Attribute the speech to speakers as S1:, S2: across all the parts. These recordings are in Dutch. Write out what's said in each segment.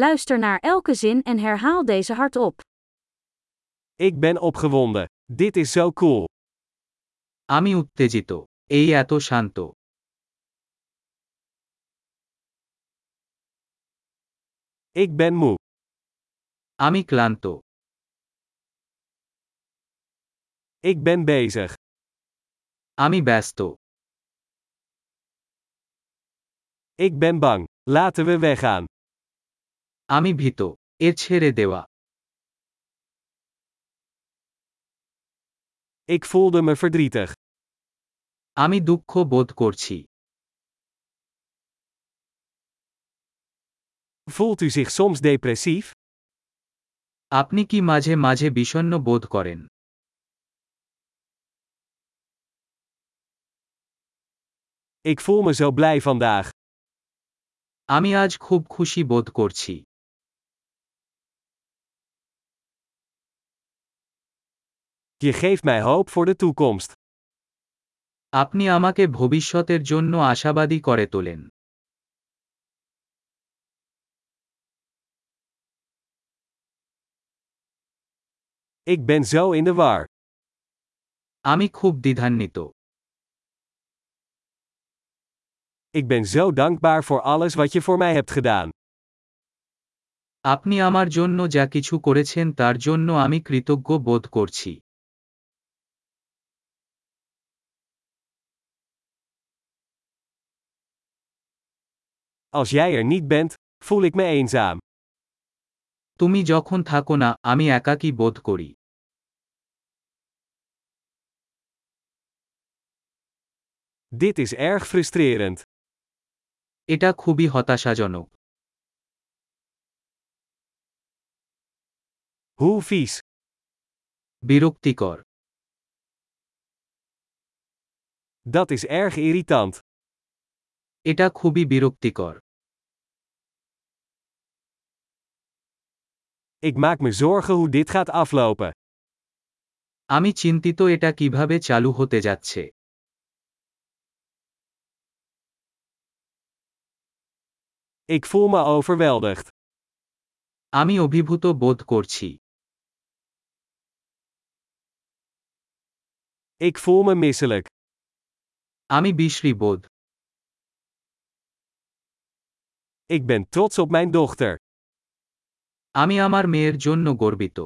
S1: Luister naar elke zin en herhaal deze hardop.
S2: Ik ben opgewonden. Dit is zo cool.
S3: আমি উত্তেজিত এই এত শান্ত
S2: Ik ben moe.
S3: আমি ক্লান্ত
S2: Ik ben bezig.
S3: আমি ব্যস্ত
S2: Ik ben bang. Laten we weggaan.
S3: আমি ভীত এর ছেড়ে দেওয়া
S2: Ik voelde me verdrietig.
S3: আমি দুঃখ বোধ করছি
S2: Voelt u zich soms depressief?
S3: আপনি কি মাঝে মাঝে বিষণ্ণ বোধ করেন
S2: Ik voel me zo blij vandaag.
S3: আমি আজ খুব খুশি বোধ করছি
S2: Je geeft mij hoop voor de toekomst.
S3: আপনি আমাকে ভবিষ্যতের জন্য আশাবাদী করে তোলেন
S2: Ik ben zo in de war.
S3: আমি খুব দ্বিধান্বিত
S2: Ik ben zo dankbaar voor alles wat je voor mij hebt gedaan.
S3: আপনি আমার জন্য যা কিছু করেছেন তার জন্য আমি কৃতজ্ঞ বোধ করছি
S2: Als jij er niet bent, voel ik me eenzaam.
S3: তুমি যখন থাকো না আমি একাকী বোধ করি
S2: Dit is erg frustrerend.
S3: এটা খুবই হতাশাজনক
S2: Hoe vies.
S3: বিরক্তিকর
S2: Dat is erg irritant.
S3: এটা খুবই বিরক্তিকর
S2: Ik maak me zorgen hoe dit gaat aflopen.
S3: আমি চিন্তিত এটা কিভাবে চালু হতে যাচ্ছে
S2: Ik voel me overweldigd.
S3: আমি অভিভূত বোধ করছি
S2: Ik voel me misselijk.
S3: আমি বিশ্রী বোধ
S2: Ik ben trots op mijn dochter.
S3: আমি আমার মেয়ের জন্য গর্বিত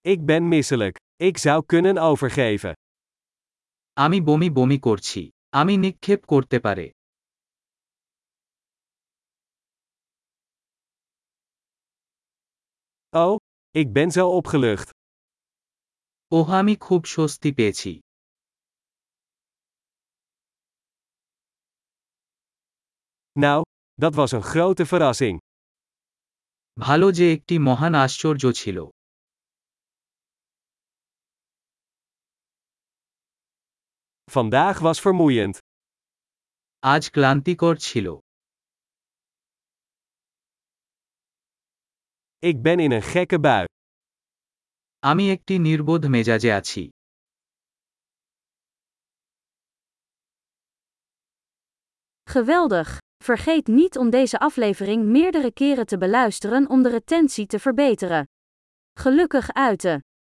S2: Ik ben misselijk. Ik zou kunnen overgeven.
S3: আমি বমি বমি করছি আমি নিক্ষেপ করতে পারে
S2: Oh, ik ben zo opgelucht.
S3: ওহ আমি খুব স্বস্তি পেয়েছি
S2: Nou, dat was een grote verrassing.
S3: ভালো যে একটি মহান আশ্চর্য ছিল
S2: Vandaag was vermoeiend.
S3: আজ ক্লান্তিকর ছিল
S2: Ik ben in een gekke bui.
S3: আমি একটি নির্বোধ মেজাজে আছি
S1: Geweldig! Vergeet niet om deze aflevering meerdere keren te beluisteren om de retentie te verbeteren. Gelukkig uiten!